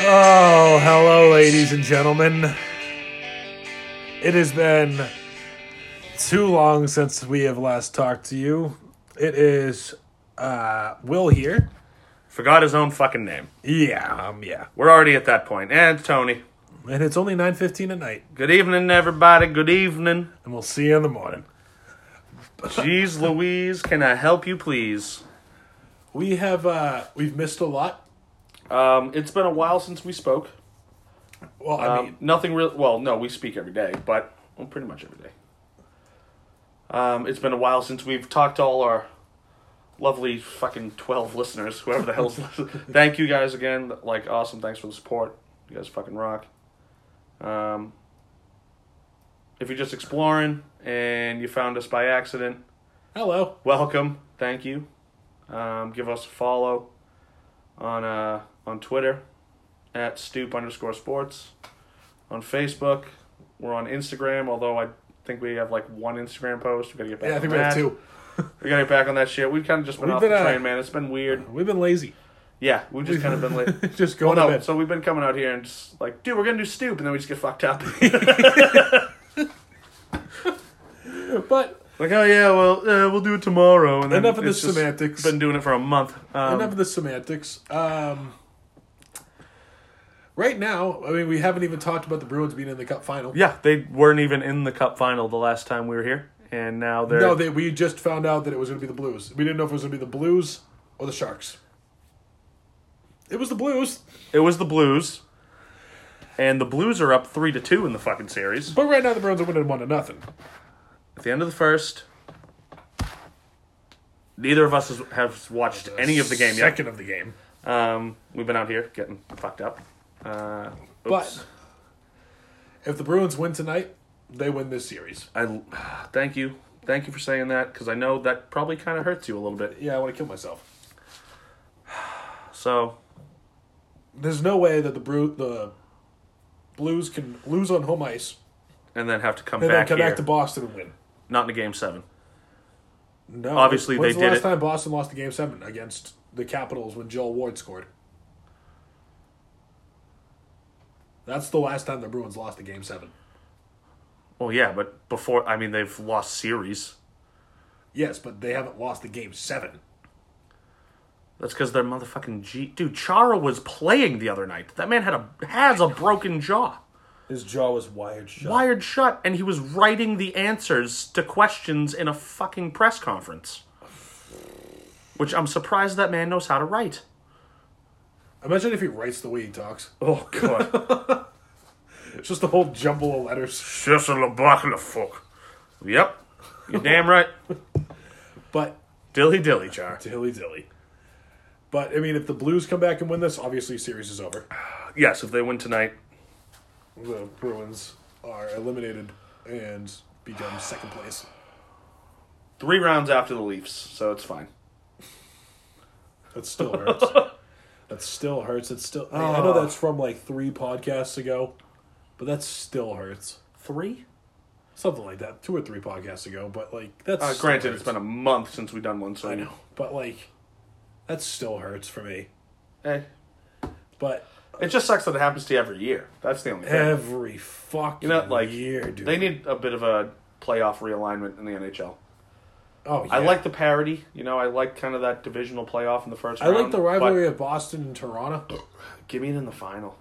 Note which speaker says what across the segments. Speaker 1: Oh, hello, ladies and gentlemen. It has been too long since we have last talked to you. It is uh, Will here.
Speaker 2: Forgot his own fucking name.
Speaker 1: Yeah, um, yeah.
Speaker 2: We're already at that point. And Tony.
Speaker 1: And it's only nine fifteen at night,
Speaker 2: Good evening, everybody. Good evening.
Speaker 1: and we'll see you in the morning.
Speaker 2: Jeez Louise, can I help you, please?
Speaker 1: We have uh, we've missed a lot.
Speaker 2: Um, it's been a while since we spoke.
Speaker 1: Well, I
Speaker 2: Um,
Speaker 1: mean,
Speaker 2: nothing real. Well, no, we speak every day, but well, pretty much every day. Um, it's been a while since we've talked to all our lovely fucking twelve listeners, whoever the hell's. listen- Thank you guys again. Like, awesome. Thanks for the support. You guys fucking rock. Um, if you're just exploring and you found us by accident,
Speaker 1: hello.
Speaker 2: welcome. Thank you. Um, give us a follow on uh, on Twitter at stoop underscore sports. On Facebook, we're on Instagram. Although I think we have like one Instagram post. We gotta get back.
Speaker 1: Yeah, I
Speaker 2: on
Speaker 1: think we
Speaker 2: that.
Speaker 1: have two.
Speaker 2: We gotta get back on that shit. We've kind of just been
Speaker 1: We've
Speaker 2: off
Speaker 1: been,
Speaker 2: the
Speaker 1: uh,
Speaker 2: train, man. It's been weird.
Speaker 1: We've been lazy.
Speaker 2: Yeah, we've just kind of been late.
Speaker 1: just
Speaker 2: Well,
Speaker 1: going to
Speaker 2: no,
Speaker 1: bed.
Speaker 2: so we've been coming out here and just like, dude, we're gonna do stoop, and then we just get fucked up.
Speaker 1: but
Speaker 2: Like, oh yeah, well, uh, we'll do it tomorrow. And then
Speaker 1: Enough of the
Speaker 2: it's just
Speaker 1: semantics.
Speaker 2: Been doing it for a month. Um,
Speaker 1: enough of the semantics. Um, right now, I mean, we haven't even talked about the Bruins being in the Cup final.
Speaker 2: Yeah, they weren't even in the Cup final the last time we were here, and now they're.
Speaker 1: No, they, we just found out that it was going to be the Blues. We didn't know if it was going to be the Blues or the Sharks. It was the Blues,
Speaker 2: it was the Blues, and the Blues are up three to two in the fucking series.
Speaker 1: but right now the Bruins are winning one to nothing.
Speaker 2: At the end of the first, neither of us has, have watched any of the game
Speaker 1: Second of the game,
Speaker 2: yet. Um, we've been out here getting fucked up. Uh, oops.
Speaker 1: but if the Bruins win tonight, they win this series.
Speaker 2: I thank you, thank you for saying that because I know that probably kind of hurts you a little bit.
Speaker 1: Yeah, I want to kill myself.
Speaker 2: So
Speaker 1: There's no way that the Bru- the Blues can lose on home ice
Speaker 2: and then have to come
Speaker 1: and
Speaker 2: back
Speaker 1: then come
Speaker 2: here,
Speaker 1: back to Boston and win.
Speaker 2: not in a game seven.
Speaker 1: No,
Speaker 2: Obviously,
Speaker 1: when's
Speaker 2: they
Speaker 1: the
Speaker 2: did
Speaker 1: last
Speaker 2: it-
Speaker 1: time Boston lost the game seven against the Capitals when Joel Ward scored. That's the last time the Bruins lost a game seven.
Speaker 2: Well, yeah, but before I mean they've lost series.
Speaker 1: Yes, but they haven't lost a game seven.
Speaker 2: That's because they're motherfucking G. Dude, Chara was playing the other night. That man had a has a broken jaw,
Speaker 1: His jaw was wired shut.
Speaker 2: wired shut, and he was writing the answers to questions in a fucking press conference. Which I'm surprised that man knows how to write.
Speaker 1: Imagine if he writes the way he talks.
Speaker 2: Oh god,
Speaker 1: It's just a whole jumble of letters.
Speaker 2: just a fuck. Yep, you're damn right.
Speaker 1: But
Speaker 2: Dilly dilly, Char.
Speaker 1: dilly dilly. But I mean, if the Blues come back and win this, obviously series is over.
Speaker 2: Yes, if they win tonight,
Speaker 1: The Bruins are eliminated and become second place.
Speaker 2: three rounds after the Leafs, so it's fine.
Speaker 1: That still hurts. that still hurts. It's still. I, I know
Speaker 2: Ah.
Speaker 1: that's from like three podcasts ago, but that still hurts.
Speaker 2: Three?
Speaker 1: Something like that, two or three podcasts ago. But like that's
Speaker 2: Uh,
Speaker 1: still
Speaker 2: granted, it's
Speaker 1: hurts.
Speaker 2: been a month since we've done one, so
Speaker 1: I know, but like that still hurts for me.
Speaker 2: Hey,
Speaker 1: But
Speaker 2: It just sucks that it happens to you every year. That's the only thing.
Speaker 1: every fucking
Speaker 2: you know, like
Speaker 1: year, dude.
Speaker 2: they need a bit of a playoff realignment in the NHL.
Speaker 1: Oh yeah.
Speaker 2: I like the parity. You know, I like kind of that divisional playoff in the first.
Speaker 1: I
Speaker 2: round,
Speaker 1: like the rivalry of Boston and Toronto.
Speaker 2: But give me it in the final.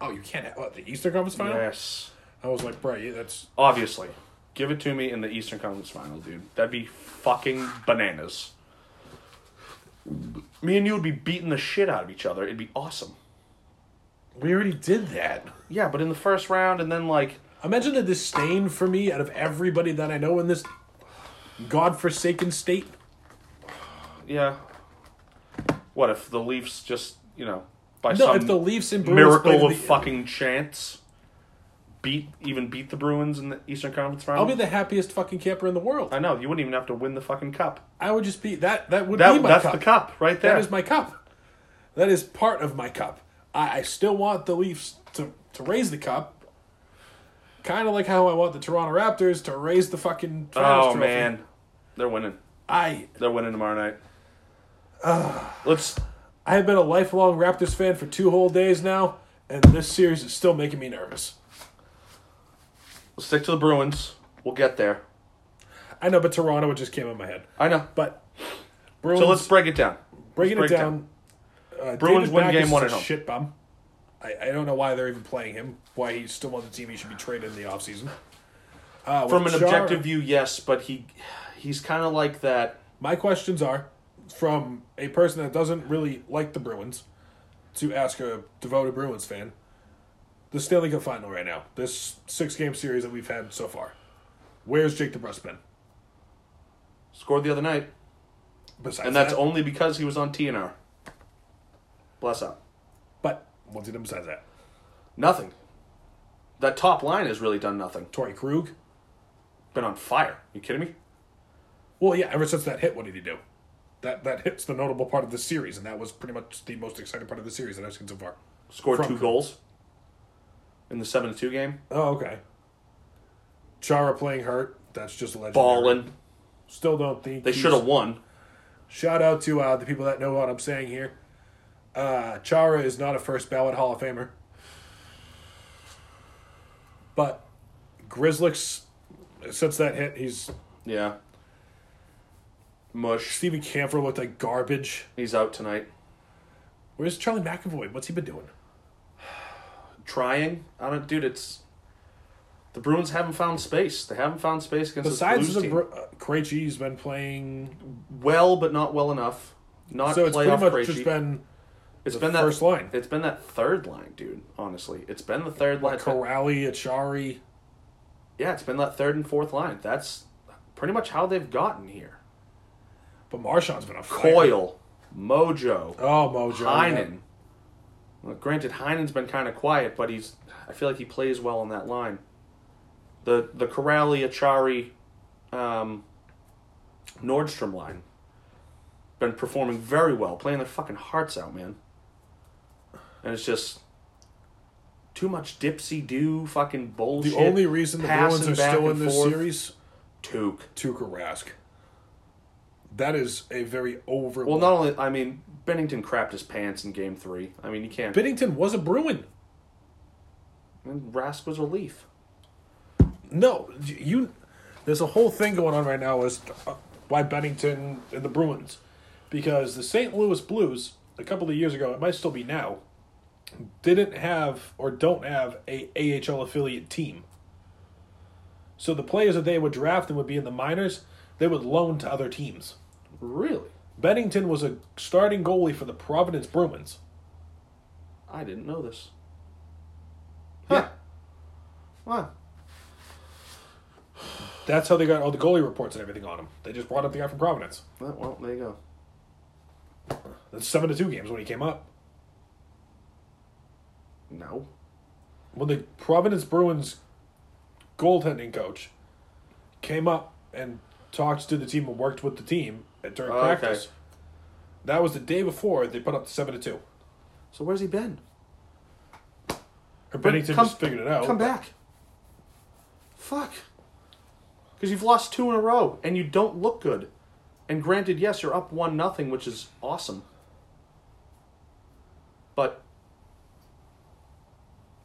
Speaker 1: Oh, you can't have what, the Eastern Conference final.
Speaker 2: Yes,
Speaker 1: I was like, bro, yeah, that's
Speaker 2: obviously. Give it to me in the Eastern Conference final, dude. That'd be fucking bananas. Me and you would be beating the shit out of each other. It'd be awesome.
Speaker 1: we already did that.
Speaker 2: Yeah, but in the first round, and then like
Speaker 1: Imagine the disdain for me out of everybody that I know in this godforsaken state.
Speaker 2: yeah, what if the Leafs just you know by
Speaker 1: No,
Speaker 2: some
Speaker 1: if the Leafs and Bruins played
Speaker 2: miracle
Speaker 1: in
Speaker 2: of
Speaker 1: the-
Speaker 2: fucking chance beat even beat the Bruins in the Eastern Conference final.
Speaker 1: I'll be the happiest fucking camper in the world.
Speaker 2: I know you wouldn't even have to win the fucking cup.
Speaker 1: I would just be that. That would be
Speaker 2: That
Speaker 1: my
Speaker 2: that's
Speaker 1: cup.
Speaker 2: the cup right there.
Speaker 1: That is my cup. That is part of my cup. I, I still want the Leafs to to raise the cup. Kind of like how I want the Toronto Raptors to raise the fucking. Travis
Speaker 2: oh
Speaker 1: trophy.
Speaker 2: man, they're winning.
Speaker 1: I
Speaker 2: They're winning tomorrow night. Let's
Speaker 1: I have been a lifelong Raptors fan for two whole days now, and this series is still making me nervous.
Speaker 2: We'll stick to the Bruins. We'll get there.
Speaker 1: I know, but Toronto, it just came in my head.
Speaker 2: I know.
Speaker 1: But Bruins,
Speaker 2: So let's break it down.
Speaker 1: breaking
Speaker 2: break
Speaker 1: it
Speaker 2: it
Speaker 1: down. Uh,
Speaker 2: Bruins
Speaker 1: David
Speaker 2: win
Speaker 1: Backus
Speaker 2: game
Speaker 1: is
Speaker 2: one
Speaker 1: a
Speaker 2: at home.
Speaker 1: Shit bum. I, I don't know why they're even playing him. Why he's still on the team? He should be traded in the offseason. Uh, with
Speaker 2: From an
Speaker 1: Chara-
Speaker 2: objective view, yes, but he he's kind of like that.
Speaker 1: My questions are from a person that doesn't really like the Bruins to ask a devoted Bruins fan. The Stanley Cup final right now, this six game series that we've had so far. Where's Jake DeBrus been?
Speaker 2: Scored the other night,
Speaker 1: Besides
Speaker 2: and that's
Speaker 1: that?
Speaker 2: only because he was on TNR. Bless up.
Speaker 1: But what's he done besides that?
Speaker 2: Nothing. That top line has really done nothing.
Speaker 1: Torrey Krug?
Speaker 2: Been on fire. You kidding me?
Speaker 1: Well, yeah. Ever since that hit, what did he do? That that hits the notable part of the series, and that was pretty much the most exciting part of the series that I've seen so far.
Speaker 2: Scored
Speaker 1: From-
Speaker 2: two goals in the seven to two game.
Speaker 1: Oh, okay. Chara playing hurt. That's just legendary.
Speaker 2: Ballin.
Speaker 1: Still don't think
Speaker 2: They
Speaker 1: he's-
Speaker 2: should have won.
Speaker 1: Shout out to uh, the people that know what I'm saying here. Uh, Chara is not a first ballot Hall of Famer, but Grizzlies. Since that hit, he's
Speaker 2: Yeah. Mush.
Speaker 1: Stephen Camphor looked like garbage.
Speaker 2: He's out tonight.
Speaker 1: Where's Charlie McAvoy? What's he been doing?
Speaker 2: Trying. I don't, dude. It's the Bruins haven't found space. They haven't found space against
Speaker 1: Besides
Speaker 2: this Blues
Speaker 1: the
Speaker 2: team.
Speaker 1: Bru- uh, Krejci's been playing
Speaker 2: well, but not well enough. Not
Speaker 1: So it's pretty
Speaker 2: playoff
Speaker 1: much
Speaker 2: crazy.
Speaker 1: just been
Speaker 2: it's
Speaker 1: the
Speaker 2: been
Speaker 1: first
Speaker 2: that
Speaker 1: line.
Speaker 2: It's been that third line, dude. Honestly, it's been the third line. It's been-
Speaker 1: Corrali, Achari.
Speaker 2: yeah, it's been that third and fourth line. That's pretty much how they've gotten here.
Speaker 1: But Marshawn's been a fire.
Speaker 2: Coil, Mojo,
Speaker 1: Oh, Mojo.
Speaker 2: Heinen. Well, granted, Heinen's been kind of quiet, but he's. I feel like he plays well on that line. The the Corrali, Achari, um, Nordstrom line. Been performing very well, playing their fucking hearts out, man. And it's just too much dipsy do fucking
Speaker 1: The
Speaker 2: bullshit.
Speaker 1: only reason the
Speaker 2: passing
Speaker 1: Bruins are
Speaker 2: back
Speaker 1: still
Speaker 2: and
Speaker 1: in this
Speaker 2: forth.
Speaker 1: series,
Speaker 2: Tuke.
Speaker 1: Tuukka Rask. That is a very over.
Speaker 2: Well, not only I mean Bennington crapped his pants in Game Three. I mean you can't.
Speaker 1: Biddington was a Bruin.
Speaker 2: and Rask was a leaf.
Speaker 1: No, you. There's a whole thing going on right now as to, uh, why Bennington and the Bruins, because the St. Louis Blues a couple of years ago, it might still be now, didn't have or don't have a AHL affiliate team. So the players that they would draft and would be in the minors, they would loan to other teams.
Speaker 2: Really?
Speaker 1: Bennington was a starting goalie for the Providence Bruins.
Speaker 2: I didn't know this.
Speaker 1: Yeah.
Speaker 2: Wow.
Speaker 1: That's how they got all the goalie reports and everything on him. They just brought up the guy from Providence.
Speaker 2: Well, well, there you go.
Speaker 1: That's seven to two games when he came up.
Speaker 2: No.
Speaker 1: when the Providence Bruins goaltending coach came up and talked to the team and worked with the team at- during
Speaker 2: Oh, okay.
Speaker 1: practice, that was the day before they put up the seven to two.
Speaker 2: So where's he been?
Speaker 1: Or Bennington
Speaker 2: come-
Speaker 1: just figured it out.
Speaker 2: Come back. Fuck. Because you've lost two in a row and you don't look good. And granted, yes, you're up one nothing, which is awesome. But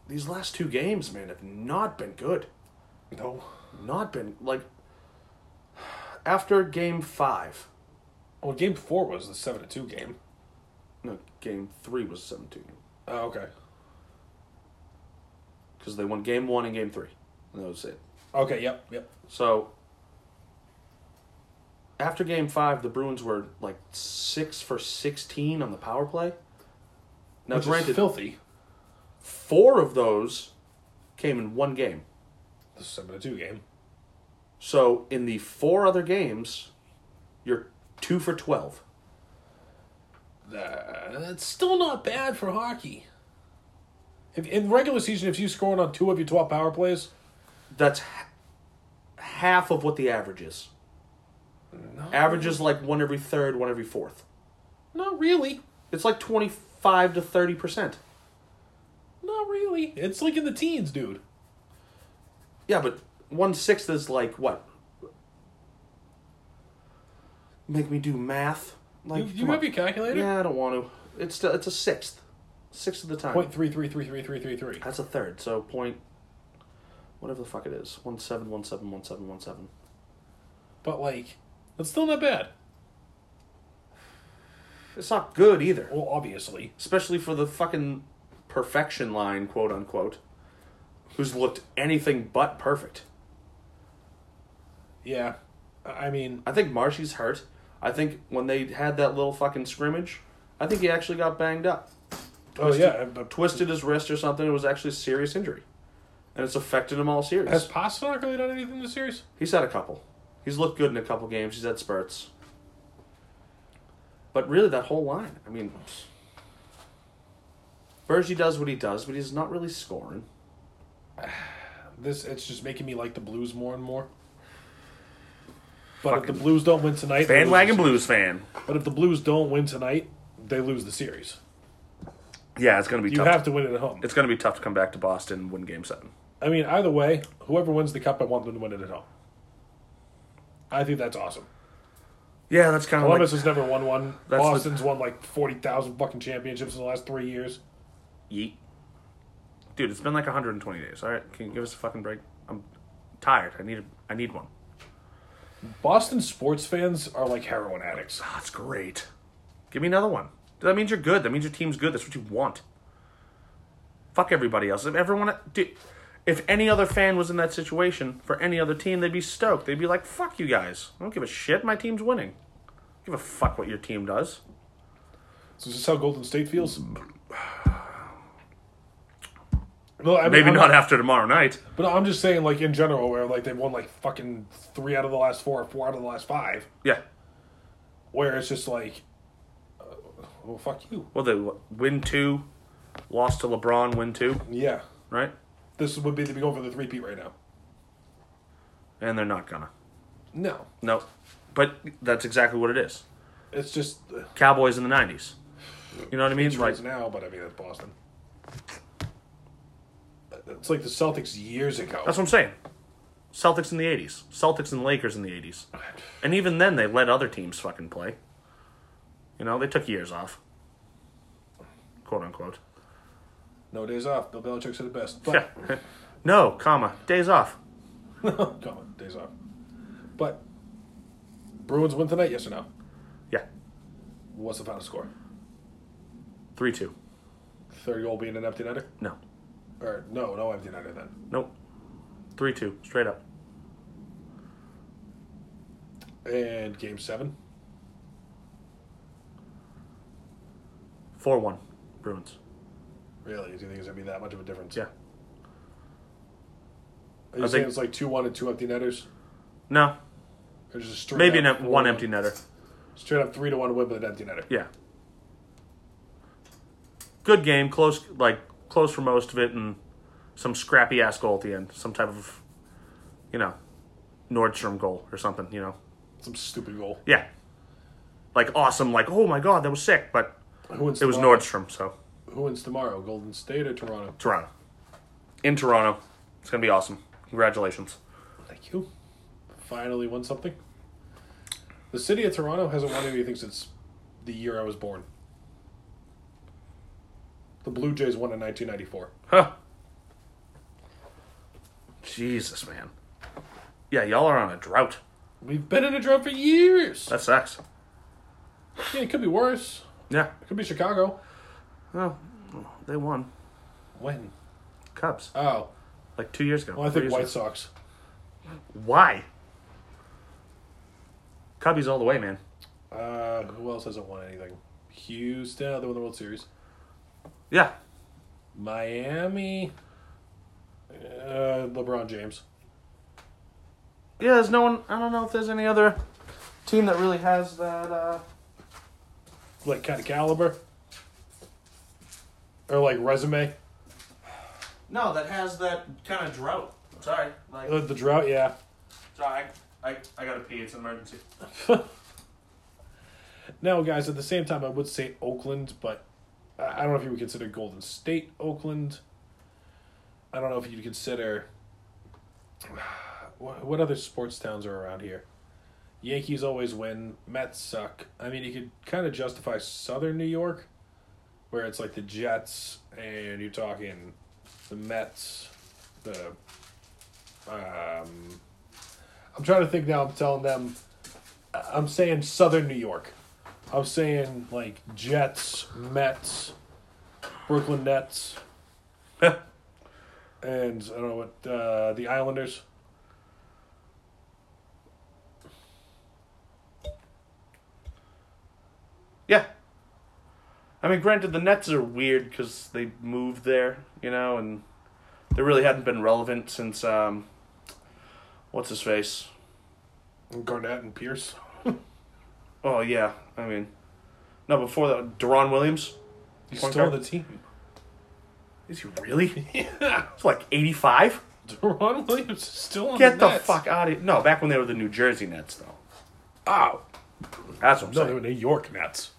Speaker 2: these last two games, man, have not been good.
Speaker 1: No,
Speaker 2: Not been like after game five.
Speaker 1: well, game four was the seven to two game.
Speaker 2: No, game three was seven two game.
Speaker 1: Oh, okay,
Speaker 2: because they won game one and game three. And that was it.
Speaker 1: okay, yep, yep.
Speaker 2: So after game five, the Bruins were like six for sixteen on the power play. Now,
Speaker 1: Which is
Speaker 2: granted,
Speaker 1: filthy.
Speaker 2: four of those came in one game.
Speaker 1: The seven to two game.
Speaker 2: So in the four other games, you're two for twelve.
Speaker 1: That's still not bad for hockey. If, in regular season, if you scored on two of your twelve power plays,
Speaker 2: That's h- half of what the average is. Average is like one every third, one every fourth.
Speaker 1: not really.
Speaker 2: It's like twenty five to thirty percent.
Speaker 1: Not really. It's like in the teens, dude.
Speaker 2: Yeah, but one sixth is like what? Make me do math? Like
Speaker 1: you
Speaker 2: come
Speaker 1: you have
Speaker 2: on.
Speaker 1: your calculator?
Speaker 2: Yeah, I don't want to. It's still it's a sixth, sixth of the time.
Speaker 1: Point three three three three three three three.
Speaker 2: That's a third. So point, whatever the fuck it is, one seven one seven one seven one seven.
Speaker 1: But like, that's still not bad.
Speaker 2: It's not good either,
Speaker 1: Well, obviously,
Speaker 2: especially for the fucking perfection line, quote unquote, who's looked anything but perfect.
Speaker 1: yeah. I I mean,
Speaker 2: I think Marshy's hurt. I think when they had that little fucking scrimmage, I think he actually got banged up.
Speaker 1: oh
Speaker 2: Twisted-
Speaker 1: yeah. but-
Speaker 2: Twisted his wrist or something. It was actually a serious injury. And it's affected him all series.
Speaker 1: Has Pasternak really done anything this series?
Speaker 2: He's had a couple. He's looked good in a couple games. He's had spurts. But really, that whole line. I mean, Bergie does what he does, but he's not really scoring.
Speaker 1: This it's just making me like the Blues more and more. But if the Blues don't win tonight, they lose the series.
Speaker 2: Blues fan.
Speaker 1: But if the Blues don't win tonight, they lose the series.
Speaker 2: Yeah, it's going to be
Speaker 1: You have to win it at home.
Speaker 2: it's going to be tough to come back to Boston and win Game Seven.
Speaker 1: I mean, either way, whoever wins the cup, I want them to win it at home. I think that's awesome.
Speaker 2: Yeah, that's kind of
Speaker 1: Columbus has never won one.
Speaker 2: That's the-
Speaker 1: Boston's won like forty thousand fucking championships in the last three years.
Speaker 2: yeet. Dude, it's been like 120 days. All right, can you give us a fucking break? I'm tired. I need a, I need one.
Speaker 1: Boston sports fans are like heroin addicts.
Speaker 2: That's great. Give me another one. That means you're good. That means your team's good. That's what you want. Fuck everybody else. If everyone, dude, if any other fan was in that situation for any other team, they'd be stoked. They'd be like, "Fuck you guys. I don't give a shit. My team's winning. I give a fuck what your team does."
Speaker 1: So is this how Golden State feels? No, I mean,
Speaker 2: Maybe
Speaker 1: I'm-
Speaker 2: not after tomorrow night.
Speaker 1: But I'm just saying, like in general, where like they've won like fucking three out of the last four, or four out of the last five,
Speaker 2: Yeah.
Speaker 1: where it's just like, uh, well, fuck you.
Speaker 2: Well, they what, win two, lost to LeBron. Win two,
Speaker 1: Yeah,
Speaker 2: right?
Speaker 1: this would be to be going for the three peat right now.
Speaker 2: And they're not gonna.
Speaker 1: No,
Speaker 2: No. But that's exactly what it is.
Speaker 1: it's just uh,
Speaker 2: Cowboys in the '90s. You know what I mean? Like,
Speaker 1: it's now, but I mean that's Boston. It's like the Celtics years ago.
Speaker 2: That's what I'm saying. Celtics in the 80s. Celtics and Lakers in the 80s. And even then, they let other teams fucking play. You know, they took years off. Quote unquote.
Speaker 1: no days off. Bill Belichick said it best.
Speaker 2: Yeah.
Speaker 1: But,
Speaker 2: no, comma, days off.
Speaker 1: Come on, days off. But Bruins win tonight, yes or no?
Speaker 2: Yeah.
Speaker 1: What's the final score?
Speaker 2: 3 2.
Speaker 1: Third goal being an empty netter,
Speaker 2: No.
Speaker 1: or no, no empty netter then.
Speaker 2: Nope. 3 2. Straight up.
Speaker 1: And game seven,
Speaker 2: 4 1. Bruins.
Speaker 1: really? Do you think it's gonna be that much of a difference?
Speaker 2: Yeah.
Speaker 1: Are you
Speaker 2: I
Speaker 1: saying
Speaker 2: think-
Speaker 1: it's like two one and two empty netters?
Speaker 2: No.
Speaker 1: Or just a straight
Speaker 2: Maybe an,
Speaker 1: up
Speaker 2: em- one
Speaker 1: four-
Speaker 2: empty netter.
Speaker 1: Straight up three to one win with an empty netter.
Speaker 2: Yeah. Good game, close like close for most of it, and some scrappy ass goal at the end, some type of, you know, Nordstrom goal or something. You know,
Speaker 1: Some stupid goal.
Speaker 2: yeah, like awesome, like oh my god, that was sick, but
Speaker 1: Who wins?
Speaker 2: it was
Speaker 1: tomorrow?
Speaker 2: Nordstrom, so
Speaker 1: Who wins tomorrow? Golden State or Toronto?
Speaker 2: Toronto, in Toronto, it's gonna be awesome. Congratulations.
Speaker 1: Thank you. Finally won something. The city of Toronto hasn't won anything since the year I was born. The Blue Jays won in 1994.
Speaker 2: Huh. Jesus, man. Yeah, y'all are on a drought.
Speaker 1: We've been in a drought for years.
Speaker 2: That sucks.
Speaker 1: Yeah, it could be worse.
Speaker 2: Yeah.
Speaker 1: It could be Chicago.
Speaker 2: Well, they won.
Speaker 1: When?
Speaker 2: Cubs.
Speaker 1: Oh,
Speaker 2: Like two years ago.
Speaker 1: well, I
Speaker 2: three
Speaker 1: think
Speaker 2: years
Speaker 1: White
Speaker 2: ago.
Speaker 1: Sox.
Speaker 2: Why? Cubbies all the way, man.
Speaker 1: Uh, who else hasn't won anything? Houston, they won the World Series.
Speaker 2: Yeah.
Speaker 1: Miami. Uh, LeBron James.
Speaker 2: Yeah, there's no one. I don't know if there's any other team that really has that. Uh...
Speaker 1: Like kind of caliber. Or like resume.
Speaker 2: No, that has that kind of drought. Sorry. Like,
Speaker 1: Uh, the drought, yeah.
Speaker 2: sorry. I, I, I gotta pee. It's an emergency.
Speaker 1: Now, guys, at the same time, I would say Oakland, but I I don't know if you would consider Golden State Oakland. I don't know if you'd consider. What what other sports towns are around here? Yankees always win. Mets suck. I mean, you could kind of justify Southern New York, where it's like the Jets and you're talking the Mets, the um, I'm trying to think now. I'm telling them, I'm saying Southern New York. I'm saying like Jets, Mets, Brooklyn Nets, and I don't know what uh, the Islanders.
Speaker 2: Yeah. I mean, granted, the Nets are weird because they moved there, you know, and they really hadn't been relevant since, um, what's his face?
Speaker 1: Garnett and Pierce.
Speaker 2: Oh, yeah. I mean, no, before that, Deron Williams.
Speaker 1: He's
Speaker 2: Point
Speaker 1: still on
Speaker 2: guard?
Speaker 1: the team.
Speaker 2: Is he really? It's like 85?
Speaker 1: Deron Williams is still on
Speaker 2: Get
Speaker 1: the
Speaker 2: the
Speaker 1: Nets.
Speaker 2: fuck out of here. No, back when they were the New Jersey Nets, though.
Speaker 1: Oh,
Speaker 2: That's
Speaker 1: no,
Speaker 2: what I'm
Speaker 1: they
Speaker 2: saying.
Speaker 1: were New York Nets.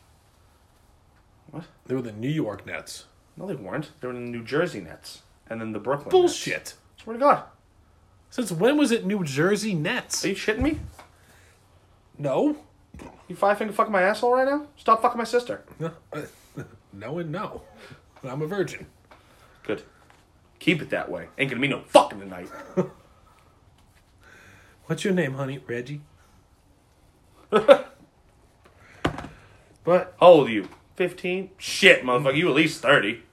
Speaker 2: What?
Speaker 1: They were the New York Nets.
Speaker 2: No, they weren't. They were the New Jersey Nets. And then the Brooklyn Nets.
Speaker 1: Bullshit.
Speaker 2: Swear to God.
Speaker 1: Since when was it New Jersey Nets?
Speaker 2: Are you shitting me?
Speaker 1: No.
Speaker 2: You five finger fucking my asshole right now? Stop fucking my sister.
Speaker 1: No and no. I'm a virgin.
Speaker 2: Good. Keep it that way. Ain't gonna be no fucking tonight.
Speaker 1: What's your name, honey? Reggie. but
Speaker 2: How old are you? 15? Shit, motherfucker, you at least 30.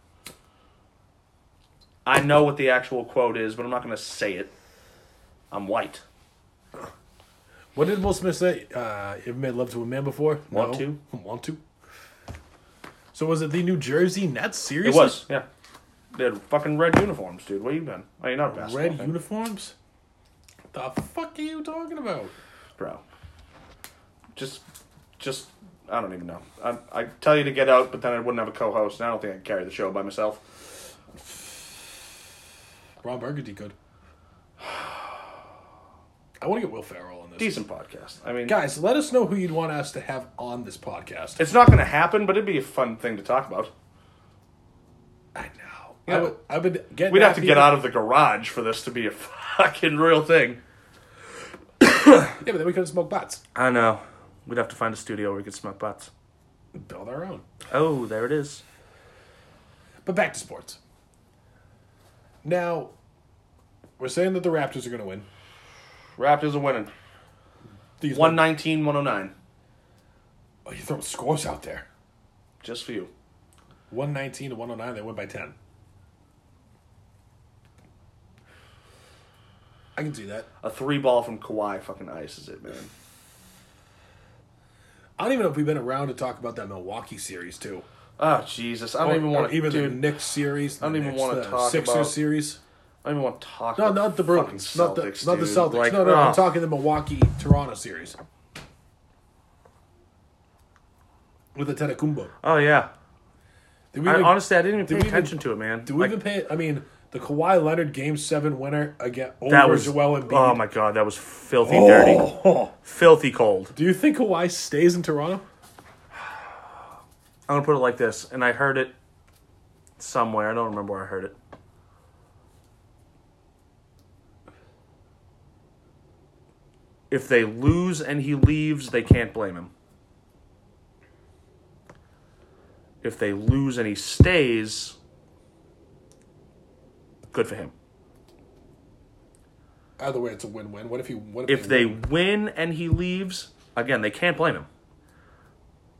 Speaker 2: I know what the actual quote is, but I'm not gonna say it. I'm white.
Speaker 1: what did Will Smith say? Uh, you've made love to a man before?
Speaker 2: Want to?
Speaker 1: Want to? So was it the New Jersey Nets? Seriously?
Speaker 2: It was, yeah. They had fucking red uniforms, dude. Where you been? Oh, you're not a basketball
Speaker 1: Red
Speaker 2: fan.
Speaker 1: uniforms? The fuck are you talking about?
Speaker 2: bro. Just, just, I don't even know. I I tell you to get out, but then I wouldn't have a co-host, and I don't think I can carry the show by myself.
Speaker 1: Ron Burgundy could. I want to get Will Ferrell on this.
Speaker 2: Decent podcast. I mean,
Speaker 1: Guys, let us know who you'd want us to have on this podcast.
Speaker 2: it's not going to happen, but it'd be a fun thing to talk about.
Speaker 1: I know.
Speaker 2: Yeah.
Speaker 1: I would, I would get.
Speaker 2: We'd have to get out of the garage for this to be a fucking real thing.
Speaker 1: Yeah, but then we couldn't smoke butts.
Speaker 2: I know. We'd have to find a studio where we could smoke butts.
Speaker 1: Build our own.
Speaker 2: Oh, there it is.
Speaker 1: But back to sports. Now, we're saying that the Raptors are going to win.
Speaker 2: Raptors are winning.
Speaker 1: These
Speaker 2: 119, 109.
Speaker 1: Oh, you throw scores out there.
Speaker 2: Just for you.
Speaker 1: One nineteen to one hundred nine. They win by ten. I can see that.
Speaker 2: A three ball from Kawhi fucking ices it, man.
Speaker 1: I don't even know if we've been around to talk about that Milwaukee series too.
Speaker 2: Oh, Jesus. I don't even want to.
Speaker 1: even
Speaker 2: Dude,
Speaker 1: the Knicks series. I
Speaker 2: don't even wanna talk
Speaker 1: Sixers
Speaker 2: about-
Speaker 1: series.
Speaker 2: I don't even want to talk.
Speaker 1: No,
Speaker 2: about
Speaker 1: not the
Speaker 2: fucking
Speaker 1: Bruins. Not the
Speaker 2: Celtics,
Speaker 1: not the
Speaker 2: dude.
Speaker 1: Celtics.
Speaker 2: Like, oh.
Speaker 1: no, no, I'm
Speaker 2: ugh.
Speaker 1: talking the Milwaukee Toronto series with the Telecumbo.
Speaker 2: Oh yeah.
Speaker 1: Did we
Speaker 2: I,
Speaker 1: even,
Speaker 2: honestly, I didn't even
Speaker 1: we
Speaker 2: pay
Speaker 1: even-
Speaker 2: attention to it, man.
Speaker 1: did we
Speaker 2: Like,
Speaker 1: even pay? I mean, the Kawhi Leonard Game Seven winner again over
Speaker 2: that was
Speaker 1: Joel Embiid.
Speaker 2: Oh my god, that was filthy
Speaker 1: Oh.
Speaker 2: dirty, filthy cold.
Speaker 1: Do you think Kawhi stays in Toronto?
Speaker 2: I'm gonna put it like this, and I heard it somewhere. I don't remember where I heard it. If they lose and he leaves, they can't blame him. If they lose and he stays, good for him.
Speaker 1: Either way, it's a win-win. What if you? What if,
Speaker 2: if they win and he leaves, again, they can't blame him.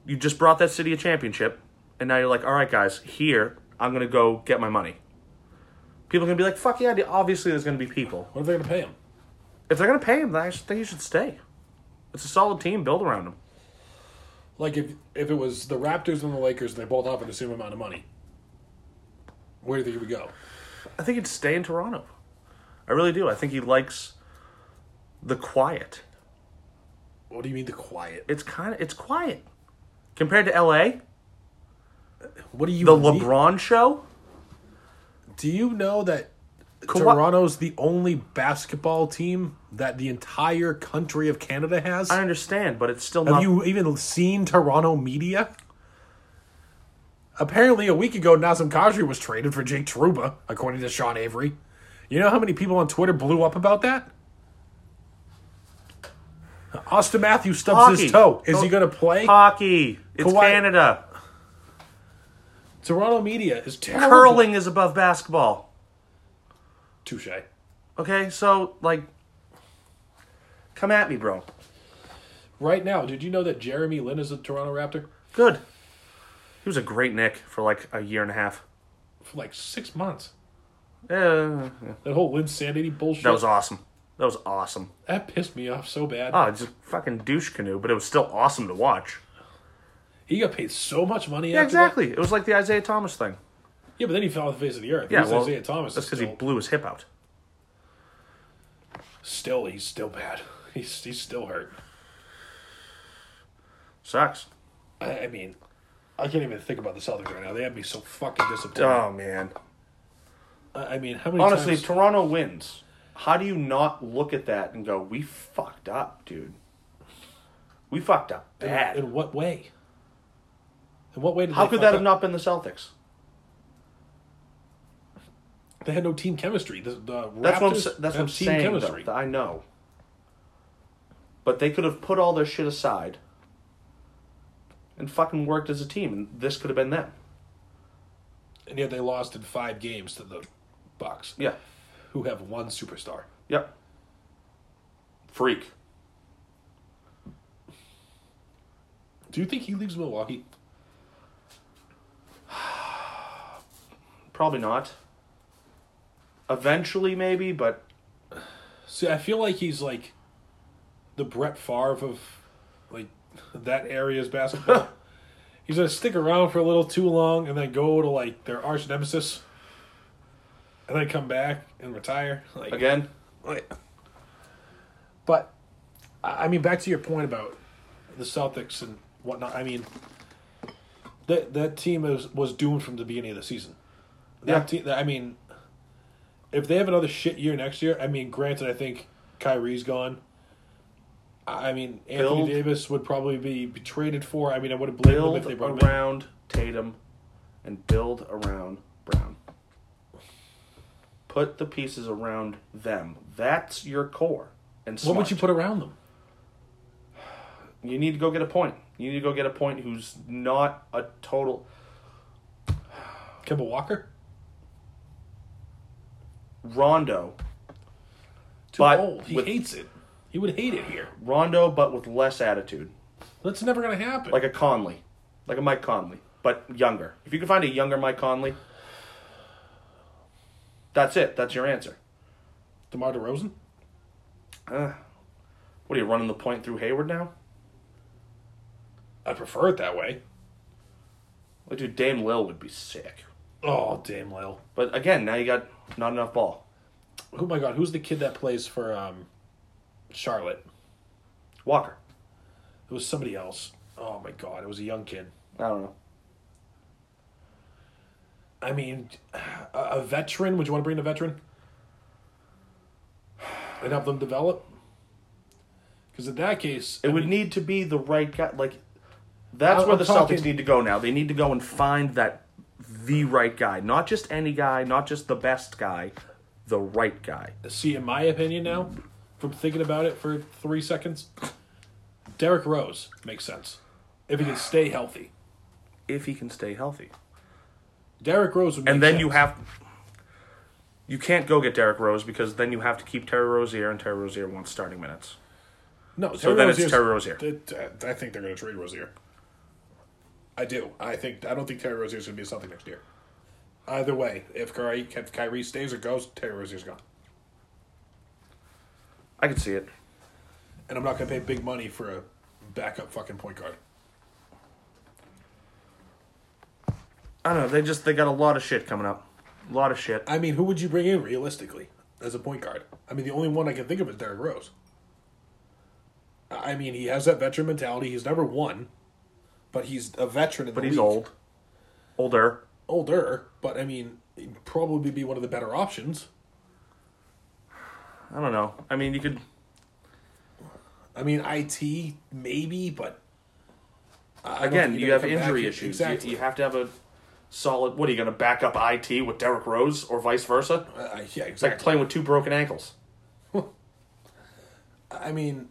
Speaker 2: You just brought that city a championship, and now you're like, all right, guys, here, I'm going to go get my money. People are going to be like, fuck yeah, obviously there's going to be people.
Speaker 1: What are they going to pay him?
Speaker 2: If they're going to pay him, then I just think he should stay. It's a solid team, build around him.
Speaker 1: Like if if it was the Raptors and the Lakers, they both offered the same amount of money. Where do you think we go?
Speaker 2: I think he'd stay in Toronto. I really do. I think he likes the quiet.
Speaker 1: What do you mean the quiet?
Speaker 2: It's kind of it's quiet compared to L.A.
Speaker 1: What do you?
Speaker 2: The
Speaker 1: need-
Speaker 2: LeBron show.
Speaker 1: Do you know that
Speaker 2: Kawhi-
Speaker 1: Toronto's the only basketball team that the entire country of Canada has?
Speaker 2: I understand, but it's still
Speaker 1: Have
Speaker 2: not
Speaker 1: you even seen Toronto media? Apparently, a week ago, Nazem Kadri was traded for Jake Truba, according to Sean Avery. You know how many people on Twitter blew up about that? Austin Matthews stubs
Speaker 2: Hockey.
Speaker 1: his toe. Is he
Speaker 2: Don't-
Speaker 1: going to play?
Speaker 2: hockey. It's
Speaker 1: Kawhi-
Speaker 2: Canada.
Speaker 1: Toronto media is terrible.
Speaker 2: Curling is above basketball.
Speaker 1: Touche.
Speaker 2: Okay, so like, come at me, bro.
Speaker 1: Right now, did you know that Jeremy Lin is a Toronto Raptor?
Speaker 2: Good. He was a great Nick for like a year and a half.
Speaker 1: For like six months.
Speaker 2: Uh,
Speaker 1: That whole Lin sanity bullshit.
Speaker 2: that was awesome. That was awesome.
Speaker 1: That pissed me off so bad.
Speaker 2: Oh, it's a fucking douche canoe, but it was still awesome to watch.
Speaker 1: he got paid so much money.
Speaker 2: Yeah,
Speaker 1: after that.
Speaker 2: exactly. It was like the Isaiah Thomas thing.
Speaker 1: Yeah, but then he fell off the face of the earth.
Speaker 2: Yeah,
Speaker 1: At least
Speaker 2: well,
Speaker 1: Isaiah Thomas.
Speaker 2: That's
Speaker 1: Is
Speaker 2: because
Speaker 1: still,
Speaker 2: he blew his hip out.
Speaker 1: still, he's still bad. He's he's still hurt.
Speaker 2: Sucks.
Speaker 1: I, I mean, I can't even think about the Celtics right now. They have me so fucking disappointed.
Speaker 2: Oh man.
Speaker 1: I I mean, how many
Speaker 2: Honestly,
Speaker 1: times?
Speaker 2: Toronto wins. How do you not look at that and go, "We fucked up, dude. We fucked up bad."
Speaker 1: In what way? In what way did
Speaker 2: How
Speaker 1: they
Speaker 2: could
Speaker 1: fuck
Speaker 2: that have
Speaker 1: up?
Speaker 2: not been the Celtics?
Speaker 1: They had no team chemistry. The, the
Speaker 2: That's
Speaker 1: Raptors
Speaker 2: what I'm, sa- that's what
Speaker 1: have
Speaker 2: I'm
Speaker 1: team
Speaker 2: saying.
Speaker 1: chemistry.
Speaker 2: though. I know, but they could have put all their shit aside and fucking worked as a team, and this could have been them.
Speaker 1: and yet they lost in five games to the Bucks,
Speaker 2: Yeah.
Speaker 1: who have one superstar.
Speaker 2: Yep. Freak.
Speaker 1: Do you think he leaves Milwaukee?
Speaker 2: Probably not. Eventually, maybe, but
Speaker 1: See, I feel like he's like the Brett Favre of like that area's basketball. he's gonna stick around for a little too long and then go to like their arch nemesis, and then come back and retire. Like
Speaker 2: again,
Speaker 1: But I I mean, back to your point about the Celtics and whatnot. I mean, that that team is was doomed from the beginning of the season. That
Speaker 2: Yeah.
Speaker 1: team. I mean, if they have another shit year next year, I mean, granted, I think Kyrie's gone. I I mean, Anthony
Speaker 2: Build-
Speaker 1: Davis would probably be, be traded for. I mean, I would have blamed them
Speaker 2: build
Speaker 1: if they brought him in.
Speaker 2: around Tatum and build around Brown. Put the pieces around them. That's your core. And
Speaker 1: What would
Speaker 2: smart.
Speaker 1: you put around them?
Speaker 2: You need to go get a point. You need to go get a point who's not a total
Speaker 1: Kemba Walker?
Speaker 2: Rondo.
Speaker 1: Too
Speaker 2: But
Speaker 1: old. He
Speaker 2: with-
Speaker 1: hates it. He would hate it here.
Speaker 2: Rondo, but with less attitude.
Speaker 1: That's never gonna happen.
Speaker 2: Like a Conley. Like a Mike Conley, but younger. If you can find a younger Mike Conley, that's it. That's your answer. Uh,
Speaker 1: DeMar DeRozan.
Speaker 2: What are you running the point through Hayward now?
Speaker 1: I prefer it that way.
Speaker 2: Like, dude, Dame Lil would be sick.
Speaker 1: Oh, damn, Lil.
Speaker 2: But again, now you got not enough ball.
Speaker 1: Oh my God, who's the kid that plays for um, Charlotte?
Speaker 2: Walker.
Speaker 1: It was somebody else. Oh my God, it was a young kid.
Speaker 2: I don't know.
Speaker 1: I mean, a, a veteran. Would you want to bring in a veteran and help them develop? Because in that case,
Speaker 2: It would need to be the right guy. Like that's
Speaker 1: I'm-
Speaker 2: where
Speaker 1: I'm
Speaker 2: the
Speaker 1: talking-
Speaker 2: Celtics need to go now. They need to go and find that the right guy, not just any guy, not just the best guy, the right guy.
Speaker 1: see, in my opinion, now from thinking about it for three seconds, Derek Rose makes sense if he can stay healthy.
Speaker 2: If he can stay healthy,
Speaker 1: Derek Rose would, make
Speaker 2: and then you
Speaker 1: sense.
Speaker 2: have. You can't go get Derrick Rose because then you have to keep Terry Rozier, and Terry Rozier wants starting minutes.
Speaker 1: No,
Speaker 2: So then it's Terry Rozier.
Speaker 1: I I think they're going to trade Rozier. I do. I think. I don't think Terry Rozier's going to be something next year. Either way, if Kyrie, if Kyrie stays or goes, Terry Rozier's gone,
Speaker 2: I could see it.
Speaker 1: and I'm not going to pay big money for a backup fucking point guard.
Speaker 2: I don't know. They just they got a lot of shit coming up, a lot of shit.
Speaker 1: I mean, who would you bring in realistically as a point guard? I mean, the only one I can think of is Derrick Rose. I I mean, he has that veteran mentality. He's never won, but he's a veteran. In
Speaker 2: But
Speaker 1: the
Speaker 2: he's
Speaker 1: league.
Speaker 2: old, older.
Speaker 1: older. But I mean, he'd probably be one of the better options.
Speaker 2: I don't know. I mean, you could
Speaker 1: I mean, IT maybe, but I don't
Speaker 2: again.
Speaker 1: think
Speaker 2: You
Speaker 1: you're
Speaker 2: have
Speaker 1: gonna come
Speaker 2: injury
Speaker 1: back-
Speaker 2: issues. You-
Speaker 1: Exactly.
Speaker 2: You, have to have a solid. What are you going to back up it with Derrick Rose or vice versa?
Speaker 1: Uh, I- yeah,
Speaker 2: It's like
Speaker 1: exactly.
Speaker 2: playing with two broken ankles.
Speaker 1: I mean,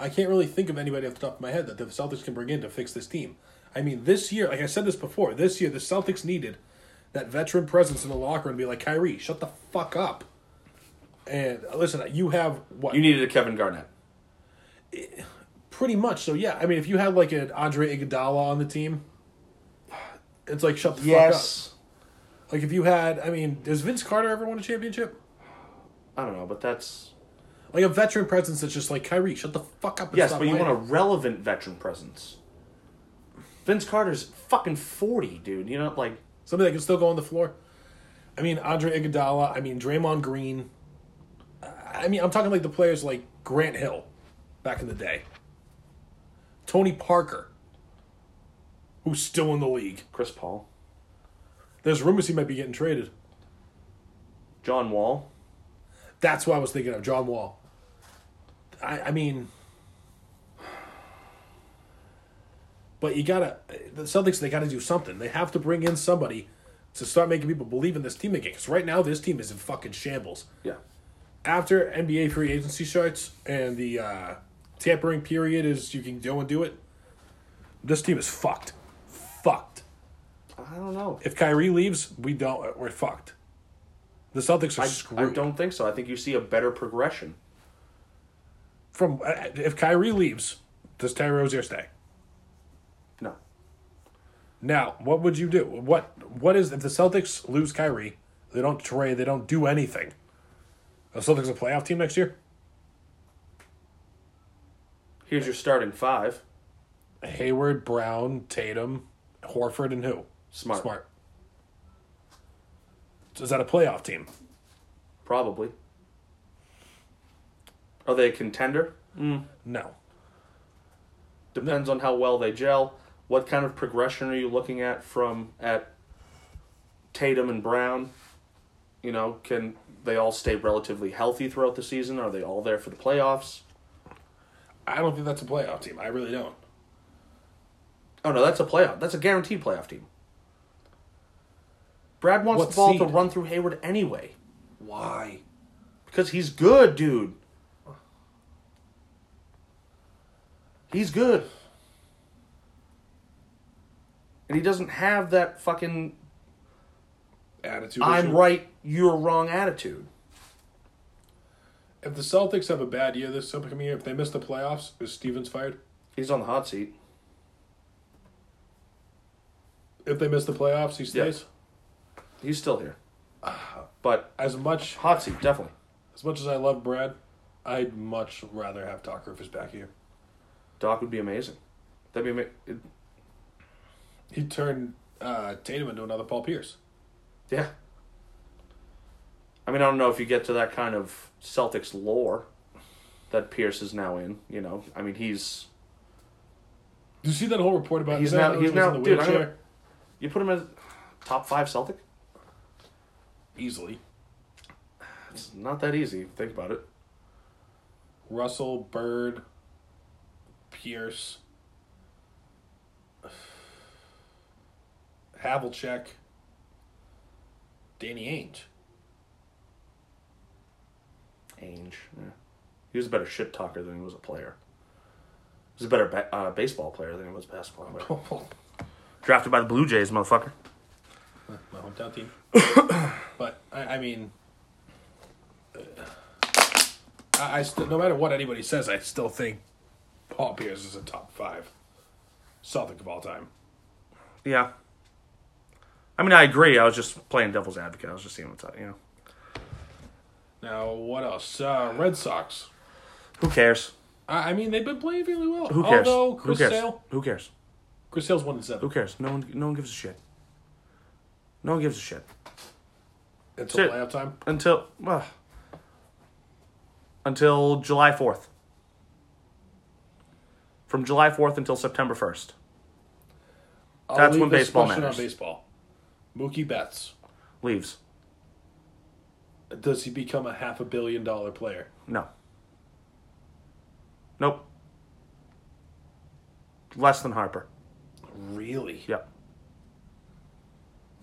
Speaker 1: I can't really think of anybody off the top of my head that the Celtics can bring in to fix this team. I mean, this year, like I said this before, this year the Celtics needed that veteran presence in the locker room to be like, Kyrie, shut the fuck up. And uh, listen, you have what?
Speaker 2: You needed a Kevin Garnett.
Speaker 1: Pretty much. So, yeah, I mean, if you had like an Andre Iguodala on the team, it's like, shut the fuck
Speaker 2: Yes.
Speaker 1: up. Like, if you had, I mean, does Vince Carter ever won a championship?
Speaker 2: I don't know, but that's
Speaker 1: Like a veteran presence that's just like Kyrie, shut the fuck up. And
Speaker 2: yes,
Speaker 1: stop
Speaker 2: but you
Speaker 1: whining."
Speaker 2: want a relevant veteran presence. Vince Carter's fucking forty, dude. You know, like
Speaker 1: Somebody that can still go on the floor. I mean, Andre Iguodala. I mean, Draymond Green. I mean, I'm talking like the players like Grant Hill, back in the day. Tony Parker, who's still in the league.
Speaker 2: Chris Paul,
Speaker 1: There's rumors he might be getting traded.
Speaker 2: John Wall.
Speaker 1: That's what I was thinking of John Wall. I, I mean, but you gotta the Celtics. They gotta do something. They have to bring in somebody to start making people believe in this team again. Because right now, this team is in fucking shambles.
Speaker 2: Yeah.
Speaker 1: After NBA free agency starts and the uh, tampering period is, you can go and do it. This team is fucked. Fucked.
Speaker 2: I don't know.
Speaker 1: If Kyrie leaves, we don't. We're fucked. The Celtics are
Speaker 2: I
Speaker 1: screwed.
Speaker 2: don't think so. I think you see a better progression.
Speaker 1: from uh, if Kyrie leaves, does Terry Rozier stay?
Speaker 2: No.
Speaker 1: Now, what would you do? What what is if the Celtics lose Kyrie? They don't trade. They don't do anything. Are the Celtics a playoff team next year?
Speaker 2: Here's your starting five.
Speaker 1: Hayward, Brown, Tatum, Horford, and who?
Speaker 2: Smart.
Speaker 1: Smart. So Is that a playoff team?
Speaker 2: Probably. Are they a contender?
Speaker 1: No.
Speaker 2: Depends on how well they gel. What kind of progression are you looking at from at Tatum and Brown? You know, can they all stay relatively healthy throughout the season? Are they all there for the playoffs?
Speaker 1: I don't think that's a playoff team. I really don't.
Speaker 2: Oh no, that's a playoff. That's a guaranteed playoff team. Brad wants
Speaker 1: What
Speaker 2: the ball to
Speaker 1: seed?
Speaker 2: run through Hayward anyway
Speaker 1: Why?
Speaker 2: because he's good, dude. He's good. And he doesn't have that fucking
Speaker 1: Attitude.
Speaker 2: I'm
Speaker 1: issue.
Speaker 2: right, you're wrong attitude.
Speaker 1: If the Celtics have a bad year this upcoming year, if they miss the playoffs, is Stevens fired?
Speaker 2: He's on the hot seat.
Speaker 1: If they miss the playoffs, he stays.
Speaker 2: Yes. He's still here. But
Speaker 1: As much
Speaker 2: hot seat, definitely.
Speaker 1: As much as I love Brad, I'd much rather have Doc Rivers back here.
Speaker 2: Doc would be amazing. That'd be ama- it,
Speaker 1: He turned uh, Tatum into another Paul Pierce.
Speaker 2: yeah. I mean, I don't know if you get to that kind of Celtics lore that Pierce is now in. You know, I mean, he's
Speaker 1: Did you see that whole report about
Speaker 2: He's
Speaker 1: Zach
Speaker 2: now-
Speaker 1: Rose
Speaker 2: he's
Speaker 1: was
Speaker 2: now-
Speaker 1: in the
Speaker 2: dude, I'm
Speaker 1: wheelchair?
Speaker 2: gonna- you put him as top five Celtic.
Speaker 1: easily.
Speaker 2: It's not that easy. if you Think about it.
Speaker 1: Russell Bird, Pierce, Havlicek, Danny Ainge.
Speaker 2: Ainge. Yeah. He was a better shit talker than he was a player. He was a better ba- uh, baseball player than he was a basketball player. Drafted by the Blue Jays, motherfucker.
Speaker 1: my hometown team. but I, I mean, uh, I, I still, no matter what anybody says, I still think Paul Pierce is a top five Celtic of all time.
Speaker 2: Yeah. I mean, I agree. I was just playing devil's advocate. I was just seeing what's up. You know,
Speaker 1: Now, what else? Uh, Red Sox.
Speaker 2: who cares?
Speaker 1: I, I mean, they've been playing really well.
Speaker 2: Who cares?
Speaker 1: Although
Speaker 2: who
Speaker 1: Chris
Speaker 2: cares?
Speaker 1: Sale,
Speaker 2: Who cares?
Speaker 1: Chris Sale's one and
Speaker 2: Who
Speaker 1: seven.
Speaker 2: cares? No one. No one gives a shit. No one gives a shit
Speaker 1: Until
Speaker 2: Shit.
Speaker 1: playoff time.
Speaker 2: until well, until July fourth. From July fourth until September first.
Speaker 1: I'll
Speaker 2: That's
Speaker 1: leave
Speaker 2: when
Speaker 1: this
Speaker 2: baseball
Speaker 1: question
Speaker 2: matters.
Speaker 1: On baseball. Mookie Betts.
Speaker 2: Leaves.
Speaker 1: Does he become a half a billion dollar player?
Speaker 2: No. Nope. Less than Harper.
Speaker 1: Really?
Speaker 2: Yep.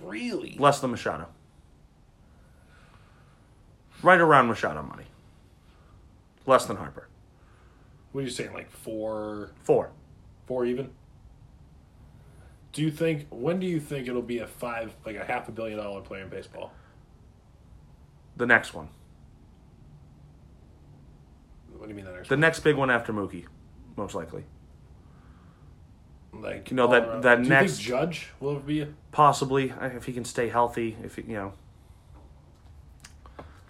Speaker 1: Really?
Speaker 2: Less than Machado. Right around Machado money. Less than Harper.
Speaker 1: What are you saying? Like four,
Speaker 2: Four.
Speaker 1: four even? Do you think when do you think it'll be a five like a half a billion dollar player in baseball?
Speaker 2: The next one.
Speaker 1: What do you mean that next
Speaker 2: The next big one after Mookie, most likely.
Speaker 1: one? Like
Speaker 2: you know,
Speaker 1: all
Speaker 2: that-
Speaker 1: around.
Speaker 2: that
Speaker 1: do you
Speaker 2: next-
Speaker 1: think Judge will it be a-
Speaker 2: Possibly, I- if he can stay healthy, if he, you know.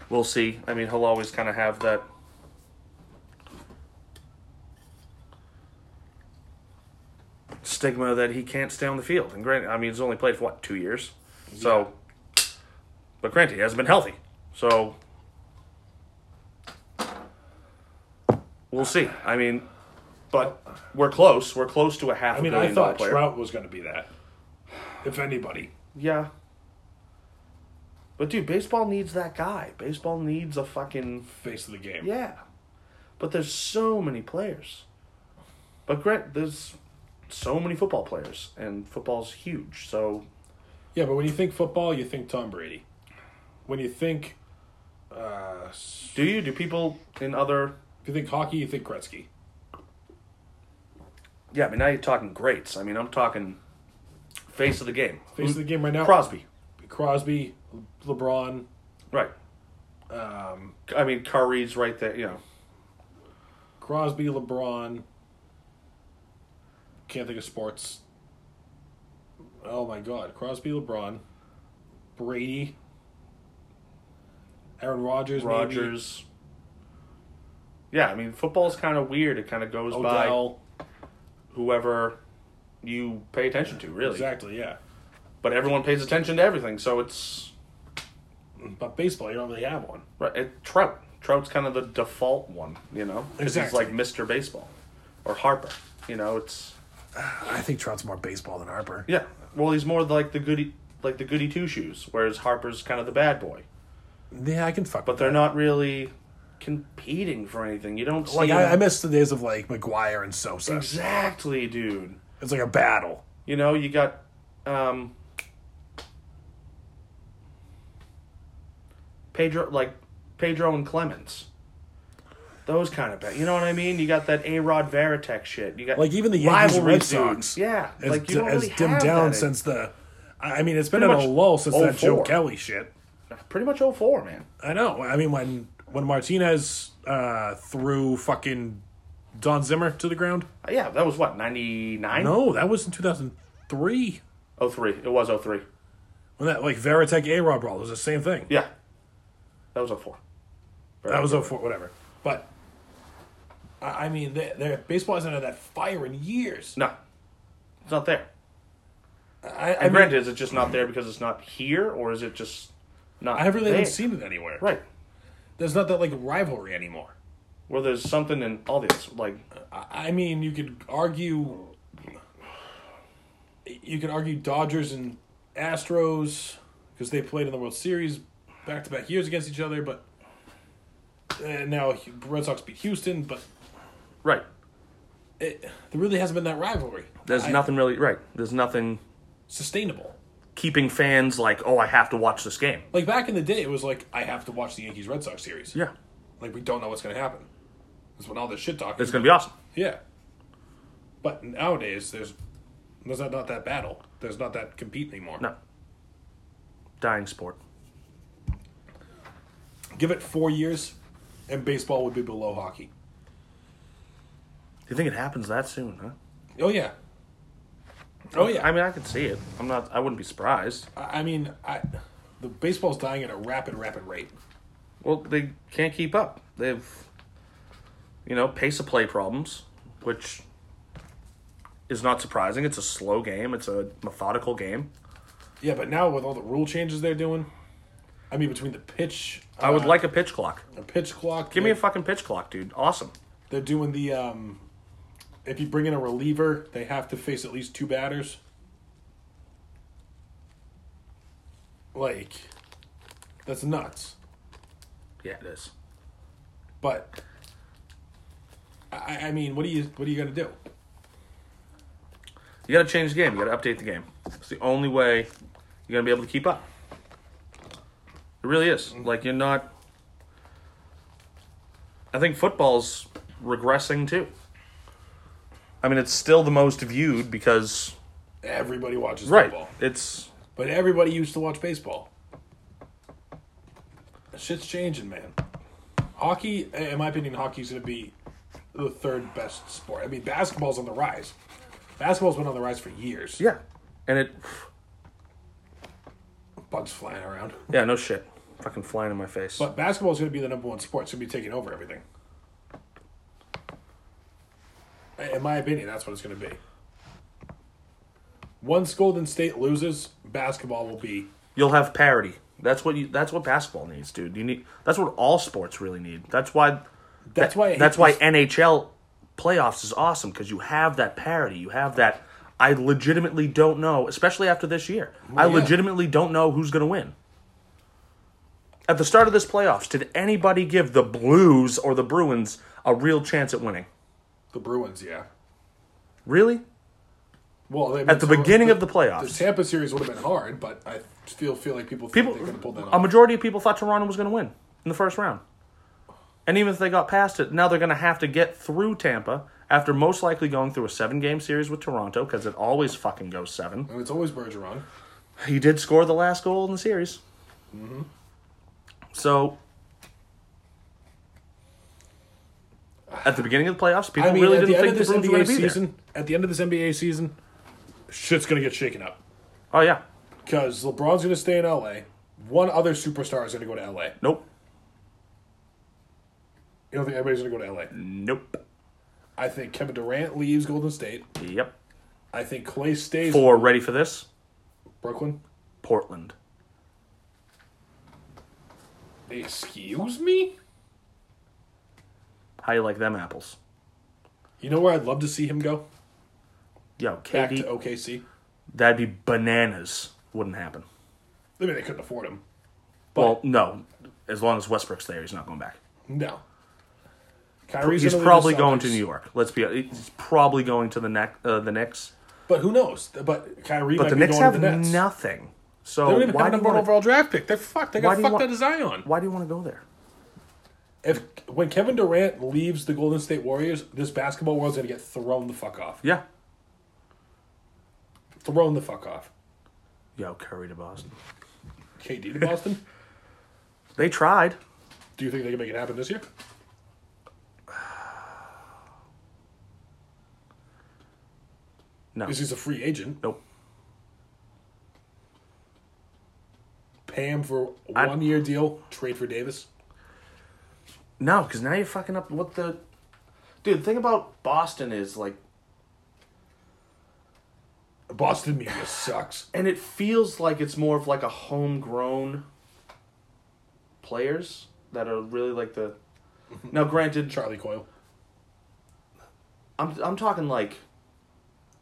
Speaker 2: We'll see. I mean, he'll always kind of have that. Stigma that he can't stay on the field, and granted, I mean, he's only played for what two years, so. But granted, he hasn't been healthy, so. We'll see. I mean, but we're close. We're close to a half.
Speaker 1: I mean,
Speaker 2: a billion
Speaker 1: I
Speaker 2: dollar
Speaker 1: thought
Speaker 2: player.
Speaker 1: Trout was going to be that. If anybody,
Speaker 2: Yeah. But dude, baseball needs that guy. Baseball needs a fucking
Speaker 1: face of the game.
Speaker 2: yeah. But there's so many players. But Grant, there's so many football players, and football's huge. So
Speaker 1: Yeah, but when you think football, you think Tom Brady. When you think, uh, s-
Speaker 2: do you? Do people in other?
Speaker 1: if you think hockey, you think Gretzky.
Speaker 2: Yeah, I mean now you're talking greats. I mean I'm talking face of the game.
Speaker 1: Face of the game right now,
Speaker 2: Crosby,
Speaker 1: Crosby, LeBron.
Speaker 2: right?
Speaker 1: Um,
Speaker 2: I mean Curry's right there. You know,
Speaker 1: Crosby, LeBron. Can't think of sports. Oh my God, Crosby, LeBron, Brady, Aaron Rodgers, maybe,
Speaker 2: Rogers. Yeah, I mean football's kind of weird. It kind of goes by.
Speaker 1: Odell.
Speaker 2: whoever you pay attention to, really.
Speaker 1: Exactly, yeah.
Speaker 2: But everyone pays attention to everything, so it's
Speaker 1: But baseball, you don't really have one.
Speaker 2: right. It, Trout, Trout's kind of the default one, you know, 'cause
Speaker 1: Exactly.
Speaker 2: he's like Mister Baseball, or Harper. You know, it's
Speaker 3: I think Trout's more baseball than Harper.
Speaker 2: yeah. Well, he's more like the goody, like the goody two shoes, whereas Harper's kind of the bad boy.
Speaker 3: Yeah, I can fuck.
Speaker 2: But they're not really competing for anything. You don't see
Speaker 3: like I, I
Speaker 2: them-
Speaker 3: miss the days of like McGuire and Sosa.
Speaker 2: exactly, dude.
Speaker 3: It's like a battle.
Speaker 2: You know, you got um Pedro like Pedro and Clemens. Those kind of bet. You know what I mean? You got that A Rod Veritek shit. You got
Speaker 3: Like even the Yankees and
Speaker 2: rivalry
Speaker 3: Red
Speaker 2: dudes.
Speaker 3: Sox.
Speaker 2: Yeah.
Speaker 3: has,
Speaker 2: like you don't
Speaker 3: has
Speaker 2: really
Speaker 3: dimmed
Speaker 2: have
Speaker 3: down
Speaker 2: that in-
Speaker 3: since the. I I mean, it's been
Speaker 2: Pretty
Speaker 3: in a
Speaker 2: much
Speaker 3: lull since that Joe
Speaker 2: 04.
Speaker 3: Kelly shit.
Speaker 2: pretty much 04, man.
Speaker 3: I know. I mean, when when Martinez uh, threw fucking Don Zimmer to the ground.
Speaker 2: Uh, Yeah, that was what, 99?
Speaker 3: No, that was in two thousand three.
Speaker 2: 03. It was 03.
Speaker 3: When that like Veritek A Rod brawl it was the same thing.
Speaker 2: Yeah. That was 04.
Speaker 3: That was 04, whatever. But I I mean, they, they baseball hasn't had that fire in years.
Speaker 2: No. It's not there.
Speaker 3: I, I,
Speaker 2: And
Speaker 3: mean,
Speaker 2: granted, is it just not there because it's not here, or is it just not
Speaker 3: I haven't really
Speaker 2: there?
Speaker 3: haven't seen it anywhere.
Speaker 2: Right.
Speaker 3: There's not that like rivalry anymore.
Speaker 2: Well, there's something in all this. Like,
Speaker 1: I I mean, you could argue. You could argue Dodgers and Astros because they played in the World Series back to back years against each other, but and now Hu- Red Sox beat Houston, but
Speaker 2: right.
Speaker 1: it, there really hasn't been that rivalry
Speaker 2: There's nothing really. Right. There's nothing
Speaker 1: sustainable.
Speaker 2: keeping fans like, oh, I have to watch this game.
Speaker 1: Like back in the day, it was like I have to watch the Yankees Red Sox series.
Speaker 2: Yeah.
Speaker 1: like we don't know what's going to happen. That's when all this shit talking.
Speaker 2: It's gonna be awesome.
Speaker 1: Yeah. But nowadays, there's there's not, not that battle. There's not that compete anymore.
Speaker 2: No. Dying sport.
Speaker 1: Give it four years, and baseball would be below hockey.
Speaker 2: Do you think it happens that soon? Huh?
Speaker 1: Oh yeah. Oh yeah.
Speaker 2: I mean, I could see it. I'm not. I wouldn't be surprised.
Speaker 1: I, I mean, I the baseball's dying at a rapid, rapid rate.
Speaker 2: Well, they can't keep up. They've, you know, pace of play problems, which is not surprising. It's a slow game. It's a methodical game.
Speaker 1: Yeah, but now with all the rule changes they're doing, I mean, between the pitch, uh,
Speaker 2: I would like a pitch clock.
Speaker 1: the pitch clock.
Speaker 2: Oh. Give me a fucking pitch clock, dude. Awesome.
Speaker 1: They're doing the um, if you bring in a reliever, they have to face at least two batters. Like, that's nuts.
Speaker 2: Yeah, it is.
Speaker 1: But I, I mean, what are you what are you gonna do?
Speaker 2: You got to change the game. You got to update the game. It's the only way you're going to be able to keep up. It really is. Like you're not. I think football's regressing too. I mean, it's still the most viewed because
Speaker 1: Everybody watches
Speaker 2: Right.
Speaker 1: football.
Speaker 2: It's
Speaker 1: But everybody used to watch baseball. Shit's changing, man. Hockey, in my opinion, hockey's going to be the third best sport. I mean, basketball's on the rise. Basketball's been on the rise for years.
Speaker 2: yeah, and it
Speaker 1: Bugs flying around.
Speaker 2: yeah no shit, fucking flying in my face.
Speaker 1: But basketball's going to be the number one sport. It's going to be taking over everything. In my opinion, that's what it's going to be. Once Golden State loses, basketball will be
Speaker 2: You'll have parity. That's what you. That's what basketball needs, dude. You need. That's what all sports really need. That's why.
Speaker 1: That's why I hate
Speaker 2: That's why
Speaker 1: this-
Speaker 2: NHL playoffs is awesome because you have that parity. You have that. I legitimately don't know, especially after this year. I
Speaker 1: yeah.
Speaker 2: legitimately don't know who's going to win. At the start of this playoffs, did anybody give the Blues or the Bruins a real chance at winning?
Speaker 1: the Bruins, yeah.
Speaker 2: Really?
Speaker 1: Well, I mean,
Speaker 2: At the
Speaker 1: so-
Speaker 2: beginning of the
Speaker 1: The
Speaker 2: playoffs,
Speaker 1: Tampa series would have been hard, but I still feel like people think
Speaker 2: people,
Speaker 1: they could have pulled that
Speaker 2: a
Speaker 1: off.
Speaker 2: majority of people thought Toronto was going to win in the first round. And even if they got past it, now they're going to have to get through Tampa after most likely going through a seven game series with Toronto because it always fucking goes seven.
Speaker 1: and it's always Bergeron.
Speaker 2: He did score the last goal in the series.
Speaker 1: Mm-hmm.
Speaker 2: So, at the beginning of the playoffs, people
Speaker 1: I mean,
Speaker 2: really
Speaker 1: at the
Speaker 2: didn't
Speaker 1: end
Speaker 2: think
Speaker 1: of
Speaker 2: the
Speaker 1: this
Speaker 2: Bruins were going
Speaker 1: NBA
Speaker 2: to be there.
Speaker 1: season, at the end of this NBA season, shit's gonna get shaken up
Speaker 2: Oh, yeah.
Speaker 1: because LeBron's gonna stay in LA. One other superstar is gonna go to LA. You
Speaker 2: Nope.
Speaker 1: don't think everybody's gonna go to LA?
Speaker 2: Nope.
Speaker 1: I think Kevin Durant leaves Golden State.
Speaker 2: Yep.
Speaker 1: I think Clay stays
Speaker 2: Four ready for this?
Speaker 1: Brooklyn.
Speaker 2: Portland.
Speaker 1: Excuse me.
Speaker 2: How you like them apples?
Speaker 1: You know where I'd love to see him go?
Speaker 2: Yo,
Speaker 1: Back
Speaker 2: KD.
Speaker 1: to OKC.
Speaker 2: That'd be bananas. Wouldn't happen.
Speaker 1: I mean, they couldn't afford him.
Speaker 2: well, no. As long as Westbrook's there, he's not going back.
Speaker 1: No. Kyrie's
Speaker 2: he's
Speaker 1: gonna leave the
Speaker 2: probably going to
Speaker 1: Celtics.
Speaker 2: New York. Let's be. He's probably going to the neck, uh, the Knicks.
Speaker 1: But who knows? But Kyrie
Speaker 2: But
Speaker 1: might
Speaker 2: the
Speaker 1: be
Speaker 2: Knicks
Speaker 1: going
Speaker 2: have
Speaker 1: to the Nets. They
Speaker 2: nothing.
Speaker 1: don't
Speaker 2: So
Speaker 1: even
Speaker 2: why
Speaker 1: have a
Speaker 2: do, you
Speaker 1: number one
Speaker 2: wanna,
Speaker 1: overall draft pick. They're fucked. They
Speaker 2: Why
Speaker 1: got
Speaker 2: do you
Speaker 1: fucked
Speaker 2: want-
Speaker 1: out of Zion.
Speaker 2: why do you want to go there?
Speaker 1: If when Kevin Durant leaves the Golden State Warriors, this basketball world's gonna get thrown the fuck off.
Speaker 2: Yeah.
Speaker 1: Thrown the fuck off.
Speaker 2: Yo, Curry to Boston.
Speaker 1: KD to Boston.
Speaker 2: They tried.
Speaker 1: Do you think they can make it happen this year?
Speaker 2: No.
Speaker 1: Because he's a free agent.
Speaker 2: Nope.
Speaker 1: Pay him for a
Speaker 2: I-
Speaker 1: one year deal. Trade for Davis.
Speaker 2: No, because now you're fucking up. What the? Dude, the thing about Boston is like,
Speaker 1: Boston media sucks.
Speaker 2: and it feels like it's more of like a homegrown players that are really like the. Now, granted,
Speaker 1: Charlie Coyle
Speaker 2: I'm I'm talking like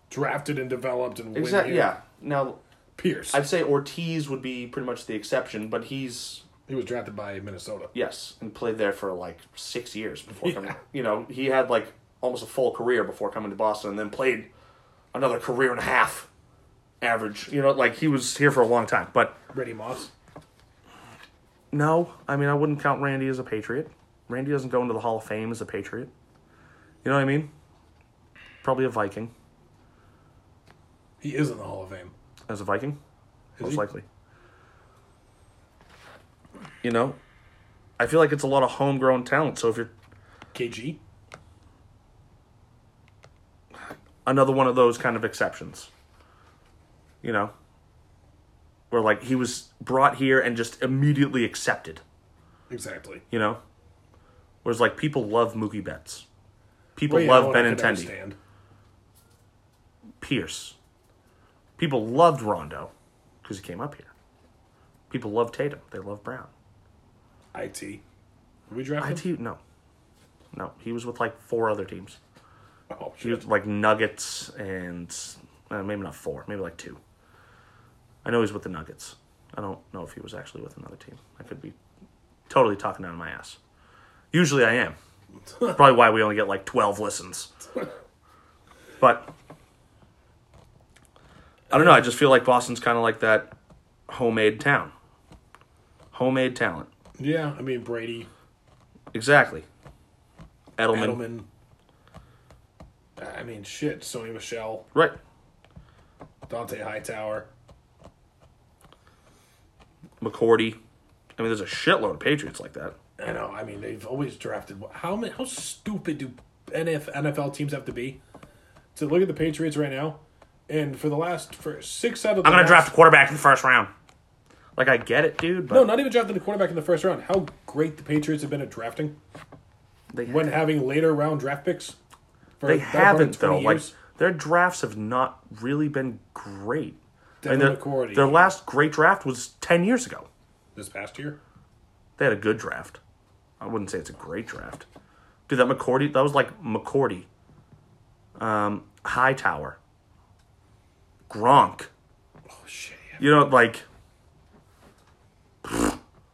Speaker 1: drafted and developed and win
Speaker 2: exactly
Speaker 1: here.
Speaker 2: yeah. Now
Speaker 1: Pierce.
Speaker 2: I'd say Ortiz would be pretty much the exception, but he's
Speaker 1: He was drafted by Minnesota.
Speaker 2: yes and played there for like six years before coming. You know he had like almost a full career before coming to Boston, and then played another career and a half, average. You know, like he was here for a long time. But
Speaker 1: Reddy Moss.
Speaker 2: no, I mean I wouldn't count Randy as a Patriot. Randy doesn't go into the Hall of Fame as a Patriot. You know what I mean? Probably a Viking.
Speaker 1: He is in the Hall of Fame.
Speaker 2: as a Viking, most
Speaker 1: he?
Speaker 2: likely. You know, I feel like it's a lot of homegrown talent. So if you're
Speaker 1: KG.
Speaker 2: another one of those kind of exceptions, you know, where like he was brought here and just immediately accepted,
Speaker 1: Exactly.
Speaker 2: you know, whereas like people love Mookie Betts, people
Speaker 1: Well, yeah,
Speaker 2: love
Speaker 1: one I could
Speaker 2: Benintendi,
Speaker 1: understand.
Speaker 2: Pierce, people loved Rondo because he came up here. People love Tatum. They love Brown.
Speaker 1: It. Did we draft
Speaker 2: I
Speaker 1: him?
Speaker 2: T no, no. He was with like four other teams.
Speaker 1: Oh,
Speaker 2: He
Speaker 1: shit.
Speaker 2: was like Nuggets and uh, maybe not four, maybe like two. I know he's with the Nuggets. I don't know if he was actually with another team. I could be totally talking out of my ass. Usually I am. Probably why we only get like twelve listens. But I don't know. I just feel like Boston's kind of like that homemade town, homemade talent.
Speaker 1: Yeah, I mean Brady,
Speaker 2: Exactly. Edelman.
Speaker 1: Edelman. I mean, shit, Sony Michelle.
Speaker 2: Right.
Speaker 1: Dante Hightower.
Speaker 2: McCordy. I mean, there's a shitload of Patriots like that.
Speaker 1: I know. I mean, they've always drafted. How many? How stupid do NF, NFL teams have to be to look at the Patriots right now? And for the last for six out of the
Speaker 2: I'm gonna
Speaker 1: last-
Speaker 2: draft a quarterback in the first round. Like I get it, dude, but
Speaker 1: No, not even drafting a quarterback in the first round. How great the Patriots have been at drafting
Speaker 2: they,
Speaker 1: when having later round draft picks. For
Speaker 2: they
Speaker 1: that part in
Speaker 2: haven't though.
Speaker 1: 20 years.
Speaker 2: Like their drafts have not really been great.
Speaker 1: Devin
Speaker 2: their,
Speaker 1: McCourty.
Speaker 2: their last great draft was ten years ago.
Speaker 1: this past year.
Speaker 2: They had a good draft. I wouldn't say it's a great draft. Dude, that McCordy that was like McCordy. Um Hightower. Gronk.
Speaker 1: Oh shit! yeah.
Speaker 2: You know, like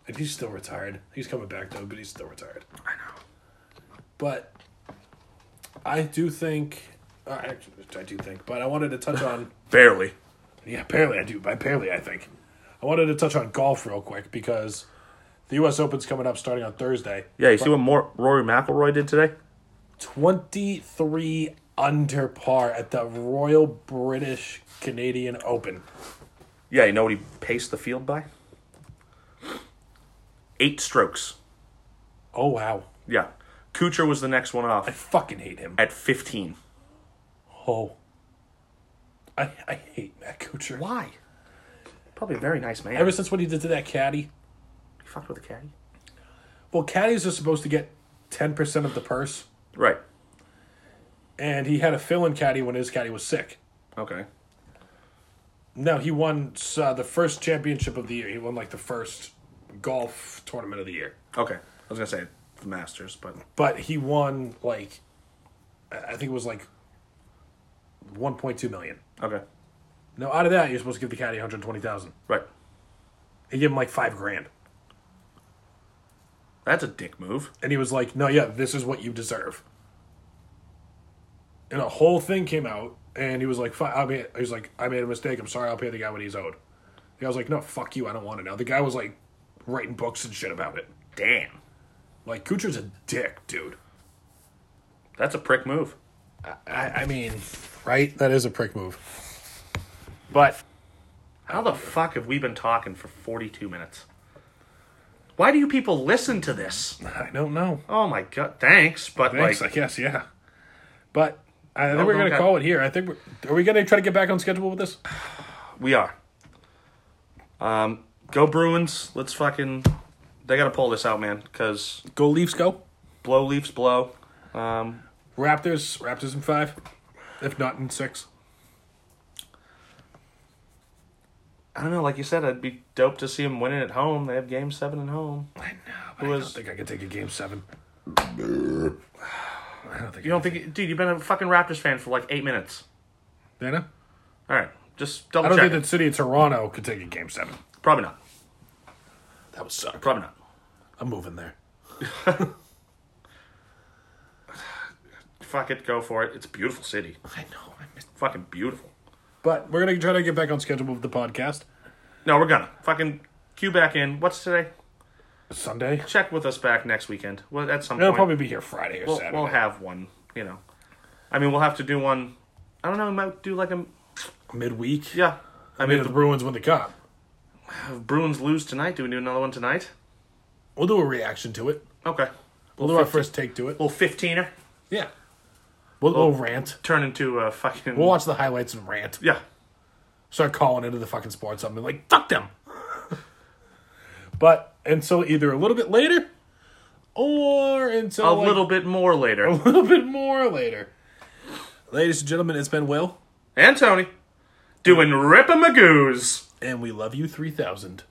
Speaker 1: And he's still retired. He's coming back though, but he's still retired. I know. But I do think. Uh, actually, I do think, but I wanted to touch on.
Speaker 2: barely.
Speaker 1: Yeah, apparently I do. By apparently, I think. I wanted to touch on golf real quick because the U.S. Open's coming up starting on Thursday.
Speaker 2: Yeah, you see what more Rory McIlroy did today?
Speaker 1: 23 under par at the Royal British Canadian Open.
Speaker 2: Yeah, you know what he paced the field by? Eight strokes.
Speaker 1: Oh, wow.
Speaker 2: Yeah. Kuchar was the next one
Speaker 1: I
Speaker 2: off
Speaker 1: fucking hate him.
Speaker 2: at 15.
Speaker 1: Oh. I, I hate Matt Kuchar.
Speaker 2: Why? Probably a very nice man.
Speaker 1: Ever since what he did to that caddy.
Speaker 2: he fucked with a caddy.
Speaker 1: Well, caddies are supposed to get 10% of the purse,
Speaker 2: Right.
Speaker 1: and he had a fill in caddy when his caddy was sick.
Speaker 2: Okay.
Speaker 1: No, he won uh, the first championship of the year. He won like the first golf tournament of the year.
Speaker 2: Okay. I was going to say the Masters, but
Speaker 1: But he won like I I think it was like 1.2 million.
Speaker 2: okay.
Speaker 1: Now out of that, you're supposed to give the caddy 120,000.
Speaker 2: Right.
Speaker 1: He gave him like 5 grand.
Speaker 2: That's a dick move.
Speaker 1: And he was like, "No, yeah, this is what you deserve." And a whole thing came out and he was like, "Fi- I mean, he was like, I made a mistake. I'm sorry. I'll pay the guy what he's owed." The guy was like, "No, fuck you. I don't want it now." The guy was like writing books and shit about it.
Speaker 2: Damn.
Speaker 1: Like Kuchar's a dick, dude.
Speaker 2: That's a prick move.
Speaker 1: I, I mean, right? That is a prick move. But
Speaker 2: How the fuck have we been talking for 42 minutes? Why do you people listen to this?
Speaker 1: I don't know.
Speaker 2: Oh my god. Thanks, but
Speaker 1: Thanks,
Speaker 2: like
Speaker 1: I guess, yeah. But I think we're
Speaker 2: no,
Speaker 1: gonna
Speaker 2: okay.
Speaker 1: call it here. I think we're, are we gonna try to get back on schedule with this?
Speaker 2: We are. Um, go Bruins. Let's fucking. They gotta pull this out, man. Cause
Speaker 1: Go Leafs, go
Speaker 2: blow Leafs blow. Um,
Speaker 1: Raptors. Raptors in five, if not in six.
Speaker 2: I don't know. Like you said, I'd be dope to see them winning at home. They have Game Seven at home.
Speaker 1: I know.
Speaker 2: Who
Speaker 1: I
Speaker 2: is-
Speaker 1: don't think I could take a game seven. I don't think
Speaker 2: You don't think, dude? You've been a fucking Raptors fan for like eight minutes.
Speaker 1: I know.
Speaker 2: All right, just
Speaker 1: I
Speaker 2: double
Speaker 1: don't
Speaker 2: check.
Speaker 1: think
Speaker 2: it.
Speaker 1: that city of Toronto could take a game seven.
Speaker 2: Probably not.
Speaker 1: That would suck.
Speaker 2: Probably not.
Speaker 1: I'm moving there.
Speaker 2: Fuck it. Go for it. It's a beautiful city.
Speaker 1: I know. I missed.
Speaker 2: Fucking beautiful.
Speaker 1: But we're gonna try to get back on schedule with the podcast
Speaker 2: No, we're gonna fucking cue back in. What's today?
Speaker 1: Sunday.
Speaker 2: Check with us back next weekend. Well, at some
Speaker 1: It'll
Speaker 2: point.
Speaker 1: probably be here Friday or
Speaker 2: we'll,
Speaker 1: Saturday.
Speaker 2: we'll have one. You know, I mean, we'll have to do one. I don't know. We might do like a
Speaker 1: Midweek.
Speaker 2: yeah. I mean,
Speaker 1: If the Bruins win the cup,
Speaker 2: if the Bruins lose tonight, do we do another one tonight?
Speaker 1: we'll do a reaction to it.
Speaker 2: Okay,
Speaker 1: We'll do our first take to it.
Speaker 2: little fifteener
Speaker 1: Yeah. We'll, we'll rant.
Speaker 2: turn into a fucking
Speaker 1: We'll watch the highlights and rant.
Speaker 2: yeah.
Speaker 1: Start calling into the fucking sports something like fuck them. but until either a little bit later, or until
Speaker 2: A
Speaker 1: like,
Speaker 2: little bit more later.
Speaker 1: a little bit more later. Ladies and gentlemen, it's been Will,
Speaker 2: And Tony doing Ripper Magoos.
Speaker 1: and we love you three thousand.